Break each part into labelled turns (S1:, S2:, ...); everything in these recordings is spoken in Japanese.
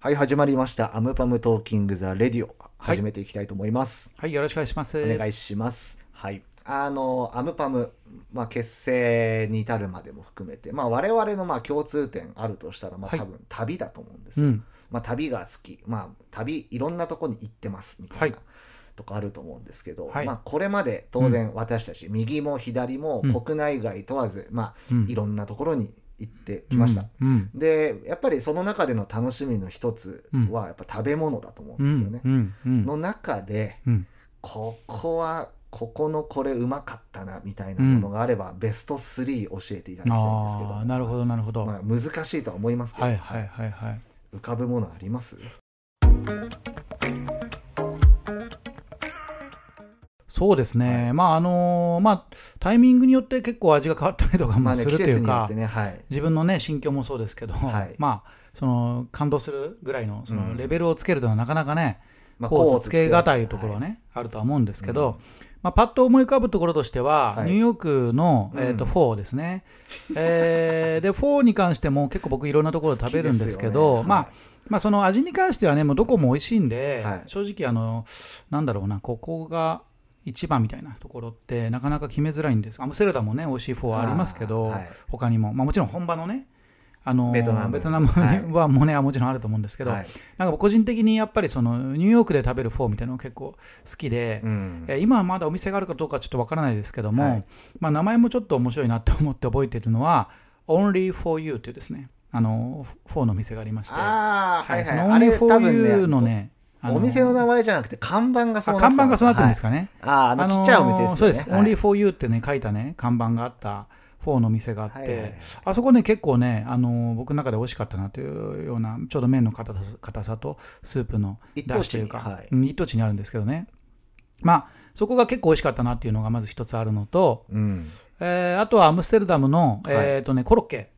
S1: はい、始まりました。アムパムトーキングザレディオ。始めていきたいと思います。
S2: はい、よろしくお願いします。
S1: お願いします。はい。あの、アムパム、まあ、結成に至るまでも含めて、まあ、我々のまあ共通点あるとしたら、まあ、
S2: はい
S1: 多分旅だと思うんです
S2: う
S1: よ。
S2: ん、
S1: まあ、旅が好き、まあ、旅、いろんなとこに行ってますみたいな。
S2: はい
S1: とかあると思うんですけど、
S2: はい
S1: まあ、これまで当然私たち、右も左も
S2: うん
S1: 国内外問わず、まあ、
S2: うん
S1: いろんなところに行ってきました。。
S2: うん、
S1: でやっぱりその中での楽しみの一つはやっぱ食べ物だと思う
S2: うんん、
S1: ですよね。
S2: うん、うん、
S1: の中で
S2: うん、
S1: ここはここのこれうまかったなみたいなものがあれば、ベスト3教えていただきたいんですけ
S2: あ
S1: ど
S2: あ、なるほど、なるほど。
S1: まあ、難しいとは思いますけど、
S2: はい、はい、はい、はい。
S1: 浮かぶものあります
S2: そうですね。
S1: はい
S2: まあ、あのーまあ、タイミングによって結構味が変わったりとか
S1: ま
S2: も
S1: あね
S2: す
S1: 季
S2: るとい
S1: 節
S2: う
S1: によっ
S2: か
S1: て。ねはい。
S2: 自分のね心境もそうですけど、
S1: はい
S2: まあその感動するぐらいのそうの
S1: ん
S2: レベルをつけるというのはなかなかね、
S1: まあ
S2: こ
S1: こ
S2: うつけがたいところはね、あるとは思うんですけど、まあ、パッと思い浮かぶところとしては、
S1: はい
S2: ニューヨークの、
S1: うん
S2: えー、と4ですね、えーで4に関しても結構僕いろんなところで食べるんですけどまあ、まあその味に関してはねもうどこも美味しいんで、
S1: はい
S2: 正直あのなんだろうなここが一番みたいなところってなかなか決めづらいんですアムステルダムもね美味しいフォーありますけど、
S1: はい
S2: 他にも、まあ、もちろん本場のねあの
S1: ベトナムはい
S2: はもうね、もちろんあると思うんですけど、
S1: はい
S2: なんか個人的にやっぱりそのニューヨークで食べるフォーみたいなのが結構好きで、
S1: うん
S2: えー今はまだお店があるかどうかちょっとわからないですけども、
S1: はい
S2: まあ、名前もちょっと面白いなと思って覚えているのは Only for You というですねあのフォーのお店がありまして
S1: あーはい
S2: そ
S1: はい
S2: の
S1: あれ多
S2: Only for
S1: 分
S2: You
S1: ね
S2: のねあ
S1: お店の名前じゃなくて看板がそう
S2: あ
S1: なってた
S2: 看板がそうなってるんです
S1: か、
S2: かね、
S1: はいあーあのちっちゃいお店ですよね、
S2: あのーそうです、
S1: はい
S2: Only for You ってね書いたね看板があったフォーのお店があって、
S1: はいはいはい
S2: あそこね結構ね、あのー僕の中で美味しかったなというようなちょうど麺の硬さ硬さとスープの
S1: 一
S2: 出
S1: 等
S2: 汁
S1: 地
S2: とい
S1: に
S2: うか、
S1: はい
S2: うん一等地にあるんですけどねまあそこが結構美味しかったなっていうのがまず一つあるのと、
S1: うん、
S2: えーあとはアムステルダムの、
S1: はい
S2: えーとね、コロッケ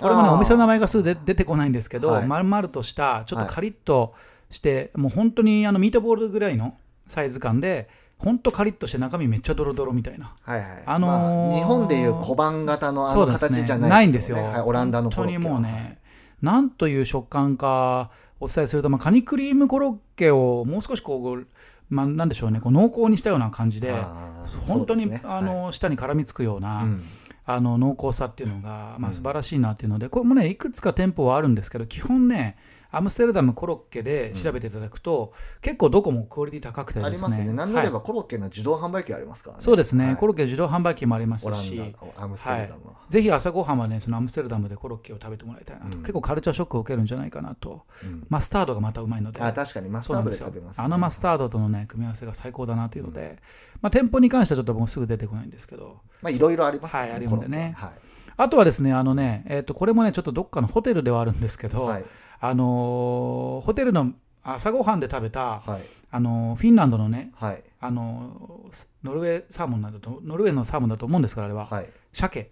S2: これもね
S1: あー
S2: お店の名前がすぐ出出てこないんですけど、
S1: はい
S2: 丸々としたちょっとカリッとして、もう本当にあのミートボールぐらいのサイズ感で本当カリッとして中身めっちゃドロドロみたいな
S1: はいはい。
S2: あの
S1: ま
S2: ー
S1: あ日本でいう小判型のあ
S2: そ
S1: の
S2: うですね
S1: 形じゃ
S2: な
S1: ないい
S2: ん
S1: ん
S2: で
S1: ですす
S2: よ
S1: よね。はい、オランダのコロッケは
S2: 本当にもうね、なんという食感かお伝えすると、まあ、カニクリームコロッケをもう少しこう、まあ、なんでしょうねこう濃厚にしたような感じで
S1: あー
S2: 本当に、
S1: そうですね
S2: あの舌に絡みつくような、
S1: はいうん
S2: あの濃厚さっていうのが、
S1: う
S2: まあ、
S1: ん
S2: 素晴らしいなっていうので、これもねいくつか店舗はあるんですけど基本ねアムステルダムコロッケで調べていただくと、結構どこもクオリティ高くてですね
S1: ありますね。なんなればコロッケの自動販売機ありますから
S2: は
S1: ね。
S2: いそうですね、
S1: はい
S2: コロッケ自動販売機もあります
S1: オラ
S2: し
S1: ンダ、アムステルダムは。
S2: ぜひ朝ごはんはねそのアムステルダムでコロッケを食べてもらいたいなと、
S1: うん
S2: 結構カルチャーショックを受けるんじゃないかなと
S1: うん
S2: マスタードがまたうまいので
S1: あ確かにマス
S2: そう
S1: タード
S2: なんで
S1: です
S2: よ
S1: 食べます、
S2: あのマス
S1: ー
S2: タードとのね組み合わせが最高だなというので、まあ、店舗に関してはちょっと僕すぐ出てこないんですけど
S1: ド。まあいろいろありますから
S2: はいあるんでね
S1: コロッ
S2: あとはですねあのね、えー、とこれもねちょっとどっかのホテルではあるんですけ
S1: ケ
S2: ど、
S1: ははい。
S2: あのーホテルの朝ごはんで食べた、
S1: はい。
S2: あのーフィンランドのね、
S1: はい。
S2: あのーノルウェーサーモンなんだとノルウェーのサーモンだと思うんですからあれは、
S1: はい。
S2: 鮭
S1: フ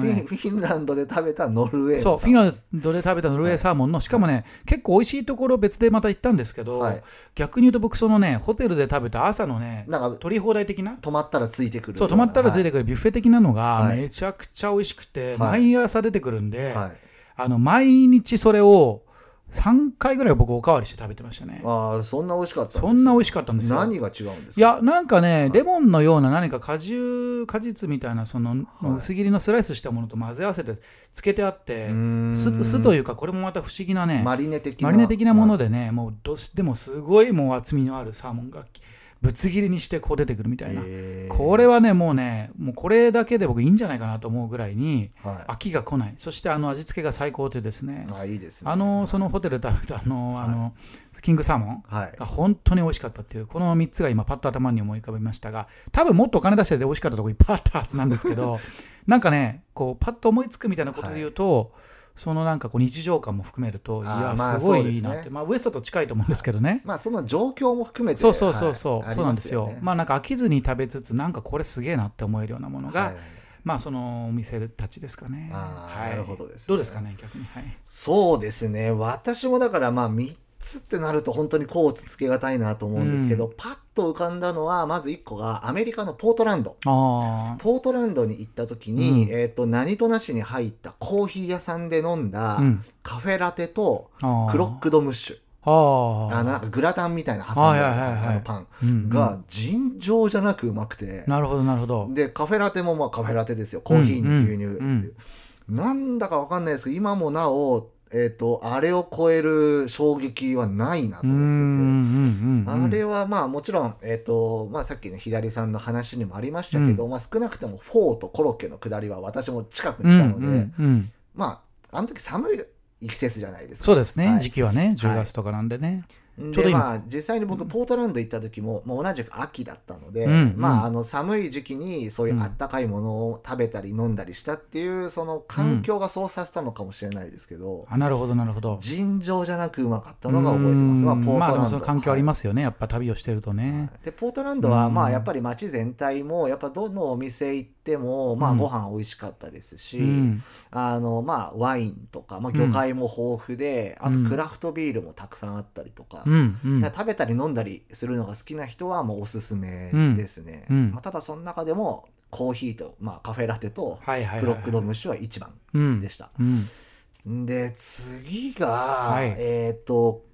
S2: これね
S1: ィンフィンランドで食べたノルウェーの
S2: そうフィンランドで食べたノルウェ
S1: は
S2: ー
S1: い
S2: サーモンの、しかもね結構美味しいところ別でまた行ったんですけど、
S1: はい。
S2: 逆に言うと僕そのねホテルで食べた朝のね
S1: なんか
S2: 取り放題的な
S1: 止まったらついてくる。
S2: そう泊まったらつい
S1: て
S2: てくるビュッフェ的なのが
S1: はい
S2: めちゃくちゃ美味しく
S1: は
S2: て、
S1: い
S2: 毎朝出てくるんで、
S1: はい。
S2: あの毎日それを3回ぐらい僕おかわりして食べてましたね
S1: ああそんな美味しかった。
S2: そんな美
S1: 味し
S2: 味しかったんですよ
S1: 何が違うんですか。
S2: いやなんかね、
S1: い
S2: レモンのような何か果汁果実みたいなその、
S1: はい
S2: 薄切りのスライスしたものと混ぜ合わせてつけてあって、
S1: 酢
S2: 酢酢というかこれもまた不思議なね
S1: マリネ的な
S2: マリネ的なものでね、もうどうしでもすごいもう厚みのあるサーモンがぶつ切りにしてこう出てくるみたいな、
S1: えー
S2: これはねもうねもうこれだけで僕いいんじゃないかなと思うぐらいに
S1: はい
S2: 飽きが来ないそしてあの味付けが最高というですね
S1: あいいですね
S2: あのそのホテルで食べたあのあの、キングサーモン
S1: はい
S2: が本当に美味しかったっていうこの3つが今パッと頭に思い浮かびましたが多分もっとお金出してで美味しかったとこいっぱいあったはずなんですけ どなんかねこうパッと思いつくみたいなことで言うと、そのなんかこう日常感も含めるとい
S1: あー
S2: や
S1: まあ
S2: すご
S1: そう
S2: い
S1: ですね
S2: いいなって、まあ、ウエストと近いと思うんですけどね。
S1: まあその状況も含めて
S2: そうそうそうそう、
S1: はい
S2: そうなんですよ
S1: あ
S2: まあなんか飽きずに食べつつなんかこれすげえなって思えるようなもの
S1: り
S2: が、
S1: ますよね
S2: まあそのお店たちですかね
S1: あー
S2: はい
S1: なるほどですね
S2: どうですかね逆にはい
S1: そうですね私もだからまあ3つってなると本当にこうつけがたいなと思うんですけど、
S2: う
S1: パッと浮かんだのはまず1個がアメリカのポートランド
S2: あ
S1: ポートランドに行った時に、
S2: うん
S1: えー、と何となしに入ったコーヒー屋さんで飲んだ
S2: あ、うん、
S1: カフェラテと
S2: ああ
S1: クロックドムッシュ
S2: ああ
S1: あなんかグラタンみたいな挟んで
S2: はいはいはいはい
S1: あのパン
S2: うん
S1: が尋常じゃなくうまくて
S2: うん、なるほどなるほど
S1: でカフェラテもまあカフェラテですよコーヒーに牛乳っていう、
S2: うんうん
S1: なんだかわかんないですけど今もなお、えー、とあれを超える衝撃はないなと
S2: うんうん
S1: 思ってて。
S2: うんうん
S1: あれはまあもちろん、えーとまあ、さっきの左さんの話にもありましたけど、まあ、少なくともフォーとコロッケの下りは私も近くにいたので、
S2: うんうんうん、
S1: まああの時寒い季節じゃないですか
S2: そうですね、
S1: はい
S2: 時期はね10月とかなんでね、
S1: で
S2: ちょうどいいんです
S1: まあ、実際に僕ポートランド行った時も、まあ、同じく秋だったので、
S2: うん
S1: ま
S2: うん
S1: あ、あの寒い時期にそういうあったかいものを食べたり飲んだりしたっていうその環境がそうさせたのかもしれないですけど、
S2: あなるほどなるほど
S1: 尋常じゃなくうまかったのが覚えてます、まあ、
S2: うん
S1: ポートランド、
S2: まあでもその環境あり
S1: ま
S2: ますよね、やっぱ旅をしてるとね、
S1: でポートランドは
S2: うん
S1: まあやっぱり街全体もやっぱどのお店行ってもま
S2: う
S1: あ
S2: ん
S1: ご飯美味しかったですし、
S2: うん
S1: あのまあワインとかまあ魚介も豊富で、
S2: うん
S1: あとクラフトビールもたくさんあったりとか、
S2: うんうん
S1: だから食べたり飲んだりするのが好きな人はもうおすすめですね、
S2: うんうん
S1: まあ、ただその中でもコーヒーと、まあ、カフェラテと
S2: はいはいはい
S1: ブロックドムッシュは1番
S2: うん
S1: でした、
S2: うん
S1: で次が、
S2: い
S1: えっ、と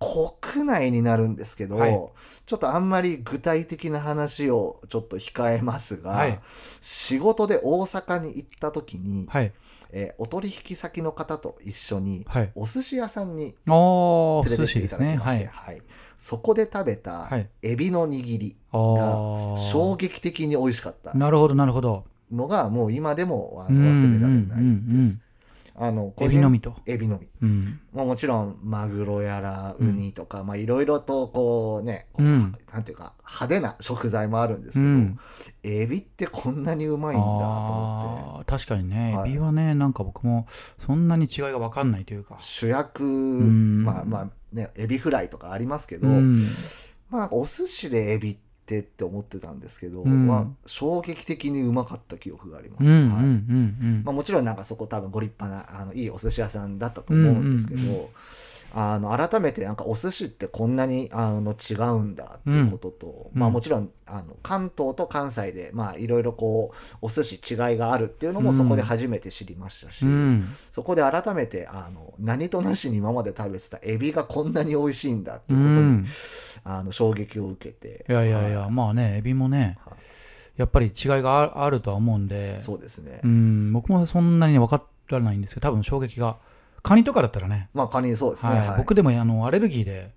S1: 国内になるんですけど、
S2: はい
S1: ちょっとあんまり具体的な話をちょっと控えますが、
S2: はい
S1: 仕事で大阪に行った時に、
S2: はい
S1: えーお取引先の方と一緒に
S2: はい
S1: お寿司屋さんに
S2: おー
S1: 連
S2: 涼
S1: れ
S2: してい
S1: ってい
S2: で
S1: た
S2: す
S1: だ
S2: ね
S1: きま
S2: は
S1: して、
S2: い
S1: はいそこで食べた
S2: はい
S1: エビの握り
S2: ああ
S1: 衝撃的に美味しかった
S2: なるほどなるほど
S1: のがもう今でもあ
S2: うん
S1: の忘れられない
S2: うんうんう
S1: で
S2: ん
S1: す。あの個
S2: エビ
S1: 人
S2: のみと、
S1: エビのみ。
S2: うん、
S1: まあ、もちろんマグロやらウ
S2: うん
S1: ニとか、まあいろいろとこうね、こう
S2: うん
S1: なんていうか派手な食材もあるんですけ
S2: う
S1: ど、
S2: ん、
S1: エビってこんなにうまいんだと思って
S2: あー確かにね、
S1: はい
S2: エビはねなんか僕もそんなに違いが分かんないというか
S1: 主役、
S2: ん
S1: まあまあねエビフライとかありますけど、
S2: うん
S1: まあなんかお寿司でエビってって思ってたんですけど、
S2: うん
S1: まあ、衝撃的にうまかった記憶がありま
S2: う
S1: す。
S2: んうん
S1: はい
S2: うん
S1: まあ、もちろんなんかそこ多分ご立派なあのいいお寿司屋さんだったと思うんですけど、
S2: うんうんう
S1: あの改めてなんかお寿司ってこんなにあの違うんだっていうことと、
S2: うん
S1: まあ、
S2: うん
S1: もちろんあの関東と関西でまあいろいろこうお寿司違いがあるっていうのも
S2: うん
S1: そこで初めて知りましたし、
S2: うん
S1: そこで改めてあの何となしに今まで食べてたエビがこんなに美味しいんだって
S2: う
S1: いうことに、
S2: ん
S1: あの衝撃を受けて
S2: いやいやいや、まあねエビもね
S1: はい
S2: やっぱり違いがああるとは思うんで
S1: そうですね、
S2: うん僕もそんなにね分からないんですけど多分衝撃がカニとかだったらね
S1: まあカニそうですね、
S2: はい
S1: はい
S2: 僕でもあのアレルギーで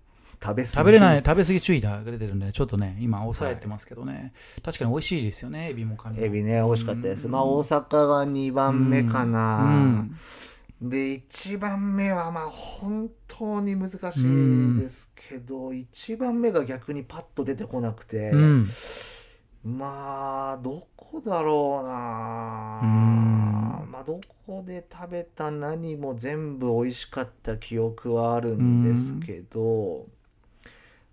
S1: 食べ過ぎ
S2: 食べれない食べ過ぎ注意が出てるんでちょっとね今抑えてますけどね、確かに美味しいですよねエビもカニも
S1: エビね美味しかったです、
S2: うん
S1: まあ大阪が2番目かな、
S2: うん
S1: で1番目はまあ本当に難しいですけど、一1番目が逆にパッと出てこなくて、
S2: うん
S1: まあどこだろうな、
S2: うん
S1: まあどこで食べた何も全部美味しかった記憶はあるんですけど、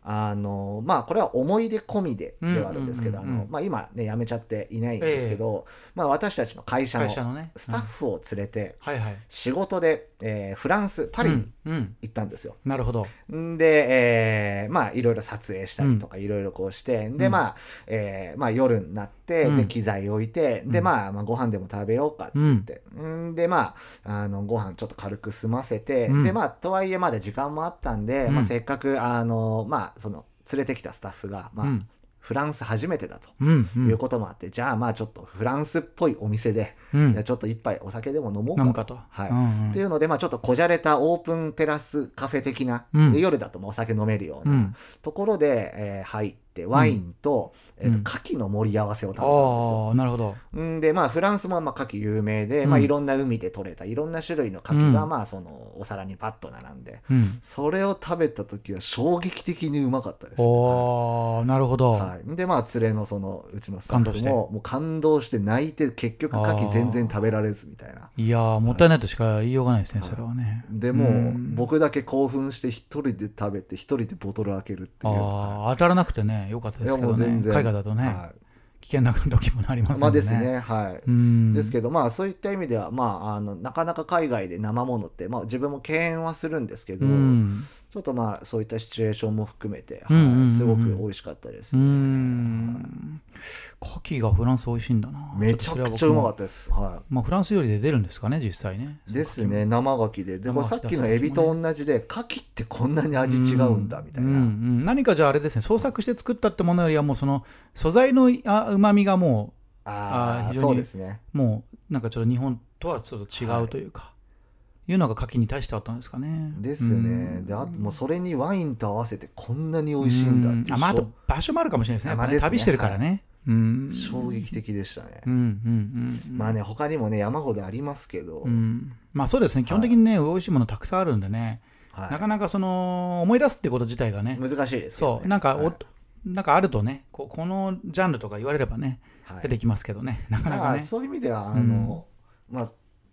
S1: あのまあこれは思い出込みでではあるんですけど、
S2: うんうんうんうん
S1: あのまあ、今ね辞めちゃっていないんですけど、まあ私たちの会社の
S2: 会社のね
S1: スタッ、フを連れて、
S2: うんはいはい
S1: 仕事で、えーフランスパリに
S2: うん、うん
S1: 行ったんですよ。
S2: なるほど
S1: んで、えーまあいろいろ撮影したりとかいろいろこうして、
S2: う
S1: で
S2: ん
S1: まあ、えーまあ夜になって、
S2: う
S1: で
S2: ん
S1: 機材置いて、
S2: うん
S1: でまあまあご飯でも食べようかって
S2: うん
S1: って、んでまああのご飯ちょっと軽く済ませて、
S2: うん
S1: でまあとはいえまだ時間もあったんで、
S2: うん
S1: まあ、せっかくあのまあその連れてきたスタッフが、まあ
S2: うん
S1: フランス初めてだと。
S2: うんうん
S1: いうこともあって、じゃあまあちょっとフランスっぽいお店で、
S2: うん
S1: じゃあちょっと一杯お酒でも飲もう
S2: 飲む
S1: か
S2: かと
S1: はい
S2: うんうん
S1: っていうので、まあ、ちょっとこじゃれたオープンテラスカフェ的な、
S2: うん
S1: で夜だとまあお酒飲めるよう
S2: う
S1: なんところで、えー入ってワインと,、
S2: うん
S1: えー
S2: う
S1: と
S2: ん
S1: 牡蠣の盛り合わせを食べたんですよ。
S2: ああなるほど
S1: んでまあフランスもまあ牡蠣有名で、まあ、
S2: うん
S1: いろんな海で取れたいろんな種類の牡蠣が
S2: うん
S1: まあそのお皿にパッと並んで
S2: うん
S1: それを食べた時は衝撃的にうまかったです、
S2: おーなるほど、
S1: はい、でまあ連れのそのうちのスタッ
S2: 感動し
S1: フ
S2: て、
S1: ももう感動して泣いて結局牡蠣全然食べられずみたいない
S2: やーもったいないとしか言いようがないですね、
S1: はい
S2: それはね
S1: でもうん僕だけ興奮して一人で食べて一人でボトル開けるっていう。
S2: あー当たらなくてねよかっ
S1: い
S2: たで
S1: や
S2: すけ
S1: も
S2: ど
S1: う
S2: ね
S1: 全然
S2: 海外だとね、
S1: は
S2: 危険な時もあります
S1: まあ
S2: ので、
S1: で
S2: ね。
S1: す。ねはい、
S2: うん。
S1: ですけどまあそういった意味ではまああのなかなか海外で生ものって、まあ、自分も敬遠はするんですけど、
S2: うん。
S1: ちょっとまあそういったシチュエーションも含めて、
S2: うんうんうんうん
S1: はい、すごく美味しかったです、
S2: うーん。牡蠣がフランス美味しいんだな。
S1: めちゃくちゃうまかったです、は
S2: まあ、フランス料理で出るんですかね、実際ね。
S1: い、ですね生牡蠣ででこれ
S2: 生
S1: さ
S2: 牡蠣
S1: っ
S2: だ
S1: きのエビと同じで牡蠣ってこんなに味違うんだみたいな、
S2: うんうん何かじゃああれですね創作して作ったってものよりはもうその素材のうまみがも
S1: あ
S2: あー
S1: あ
S2: 非常に
S1: そうですね
S2: うもうなんかちょっと日本とはちょっと違うというか、い、うのが牡蠣に対してあったんですかね
S1: ですね、
S2: うん
S1: であともうそれにワインと合わせてこんなに美味しいんだって
S2: うあまあ、あと場所もあるかもしれないですね,、
S1: あまあ
S2: やっぱね
S1: で
S2: 旅し
S1: す
S2: て
S1: ね
S2: るからね、うん
S1: 衝撃的でしたね、
S2: うんうんうんうん
S1: まあね他にもね山ほどありますけど、
S2: うんまあそうですね基本的にね、美味しいものたくさんあるんでね、
S1: はい、
S2: なかなかその思い出すってこと自体がね
S1: 難しいですよね
S2: そうなんかお、
S1: はい
S2: なんかあるとねここのジャンルとか言われればね
S1: はい
S2: 出てきますけどね、なか
S1: だ
S2: な
S1: か
S2: からね。
S1: そういう意味ではあの、まあ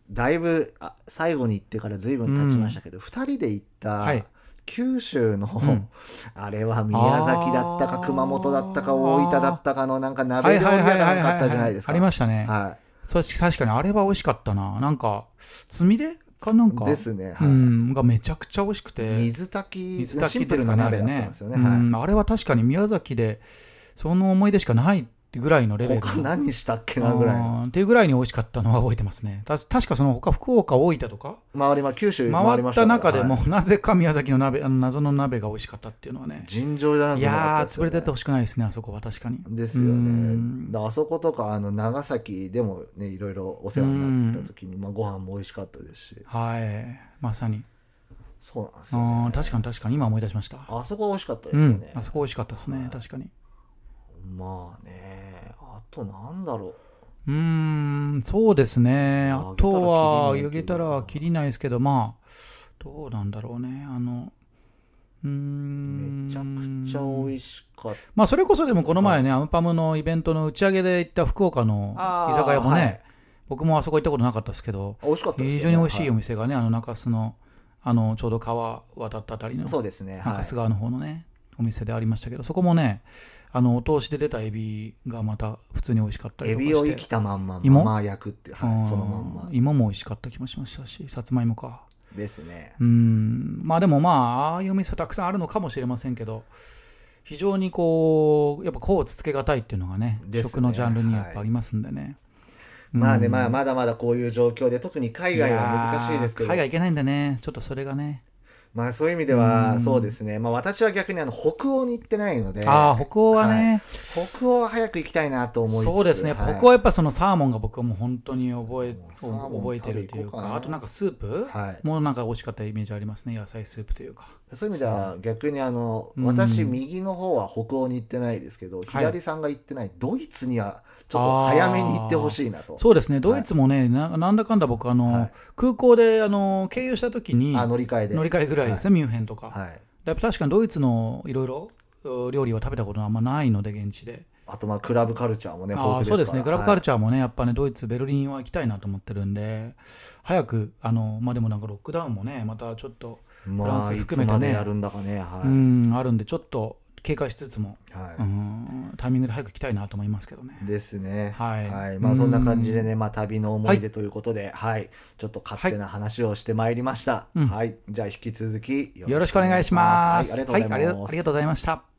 S1: だいぶあ最後に行ってから随分経ちましたけど、二人で行った、
S2: はい
S1: 九州の、
S2: ん
S1: あれは宮崎だったか
S2: あー
S1: 熊本だったか大分だったかのなんか
S2: は
S1: 鍋料
S2: い
S1: 理
S2: はい
S1: 屋か
S2: はい
S1: な
S2: は
S1: ん
S2: いはい
S1: かあったじゃないですか。
S2: ありましたね。
S1: は
S2: そう確かにあれは美味しかったな。なんか、つみれかなんか、
S1: い、ですね、
S2: う
S1: はい
S2: ん、がめちゃくちゃ美味しくて、
S1: 水炊き
S2: 水炊
S1: シ
S2: き
S1: ンプ
S2: で
S1: ル
S2: す
S1: な
S2: かね、あ
S1: 鍋だ
S2: れ
S1: ったん
S2: ね
S1: ですよね。
S2: うん。あれは確かに宮崎で、その思い出しかないってぐらいのレ
S1: は
S2: ベ
S1: い、
S2: ル。
S1: 他何したっけなぐらいの。
S2: うんっていうぐらいに美味しかったのは覚えてますね。た確かその他、福岡、大分とか、
S1: 周りは九州回り
S2: 回
S1: ま
S2: っ
S1: した
S2: た
S1: から
S2: 中でも、
S1: は
S2: なぜか宮崎の鍋、あの謎の鍋が美味しかったっていうのはね
S1: い、尋常じゃなく
S2: い
S1: てもなか
S2: や
S1: った
S2: ー、
S1: です
S2: 潰
S1: よね
S2: れてってほしくないですね、あそこは確かに。
S1: ですよ
S2: うん
S1: ね。だからあそことかあの長崎でもねいろいろお世話になった時に、まあご飯も美味しかったですし、
S2: はい、まさに。
S1: そうなんですよ、
S2: あ
S1: ね
S2: ー。確かに確かに今思い出しました。
S1: あそこ美味しかったで
S2: う
S1: すよ
S2: ん
S1: ね。、
S2: あそこ美味しかったですね、確かに。
S1: まあね、あとなんだろ
S2: うーん、そうですね。あ
S1: あ
S2: とは、
S1: 揚
S2: 揚
S1: げ
S2: げ
S1: た
S2: た
S1: ら
S2: ら
S1: 切
S2: 切りないですけど、まあ、どうなんだろうね。あの、うー
S1: う、
S2: ん。
S1: めちゃくちゃ美味しかった。
S2: まあ、それこそでもこの前ね、アムパムのイベントの打ち上げで行った福岡の
S1: あー
S2: 居酒屋もね、
S1: はい
S2: 僕もあそこ行ったことなかったですけど、
S1: 美味しかったです
S2: 非
S1: よ、ね。
S2: 常に美味しいお
S1: は
S2: 店がね、あの中洲の、あの、ちょうど川渡ったあたりの、
S1: そうですね。はい
S2: 中洲川の方のね、お店でありましたけど、そこもね、あの、お通しで出たエビがまた普通に美味しかったり
S1: エ
S2: とかして。
S1: ビを生きたまんま、
S2: 芋
S1: まあ焼くっていう、
S2: う
S1: は
S2: ん
S1: い、そのまんま
S2: 芋も美味しかった気もしましたしさつまいもか
S1: ですね。
S2: うんまあでもまあああいうお店はたくさんあるのかもしれませんけど非常にこうやっぱこうつつけがたいっていうのがね
S1: ですね
S2: 食のジャンルにやっぱありますんでね、
S1: まあね、まあ
S2: あ
S1: まだまだこういう状況で特に海外は難しいですけど、
S2: 海外行けないんでねちょっとそれがね、
S1: まあそういう意味で
S2: う
S1: は
S2: ん
S1: そうですね、まあ、私は逆にあの北欧に行ってないので
S2: ああ北欧はね、
S1: 北欧は早く行きたいなと思いつつ
S2: そうですね、
S1: はい
S2: 北欧はやっぱそのサーモンが僕はもう本当に覚え
S1: サーモン
S2: 覚えてるとい
S1: 食べ
S2: う
S1: 行こ
S2: か
S1: うかな
S2: あとなんかスープ、
S1: はい
S2: もうなんか美味しかったイメージありますね野菜スープというか
S1: そういう意味では逆にあの
S2: うん
S1: 私右の方は北欧に行ってないですけど、左さんが行ってないドイツにはちょっと早めに行ってほしいなと
S2: そうですね、ドイツもね、ななんだかんだ僕、あの
S1: はい
S2: 空港であの経由したときに
S1: あ
S2: 乗
S1: 乗り換えで
S2: り換えぐらいですね、ミュンヘンとか。
S1: はい、
S2: だから確かにドイツのいろいろ料理は食べたことはあんまないので、現地で。
S1: あとまあクラブカルチャーもね豊
S2: あ
S1: 富
S2: ー
S1: ですから
S2: そうですね、グラブカル
S1: チ
S2: チャーもね、やっぱね、ドイツ、ベルリンは行きたいなと思ってるんで、早く、あのまあ、でもなんかロックダウンもね、またちょっと、
S1: ャー、ま
S2: フラン
S1: あ
S2: ス
S1: い
S2: 含
S1: つ
S2: めてね
S1: までやるんだかねはい、
S2: うん、あるんで、ちょっと警戒しつつも、
S1: はい
S2: うん、タイミングで早く行きたいなと思いますけどね。
S1: ですね。
S2: はい
S1: ま
S2: う
S1: あ
S2: ん
S1: そんな感じでね、まあ旅の思い出ということで、はい、ちょっと勝手な話をしてまいりました。
S2: うん
S1: はい、じゃあ引き続き
S2: よろしくお願いします。
S1: はい、ありがとうございます。
S2: はいありがありがとうございました。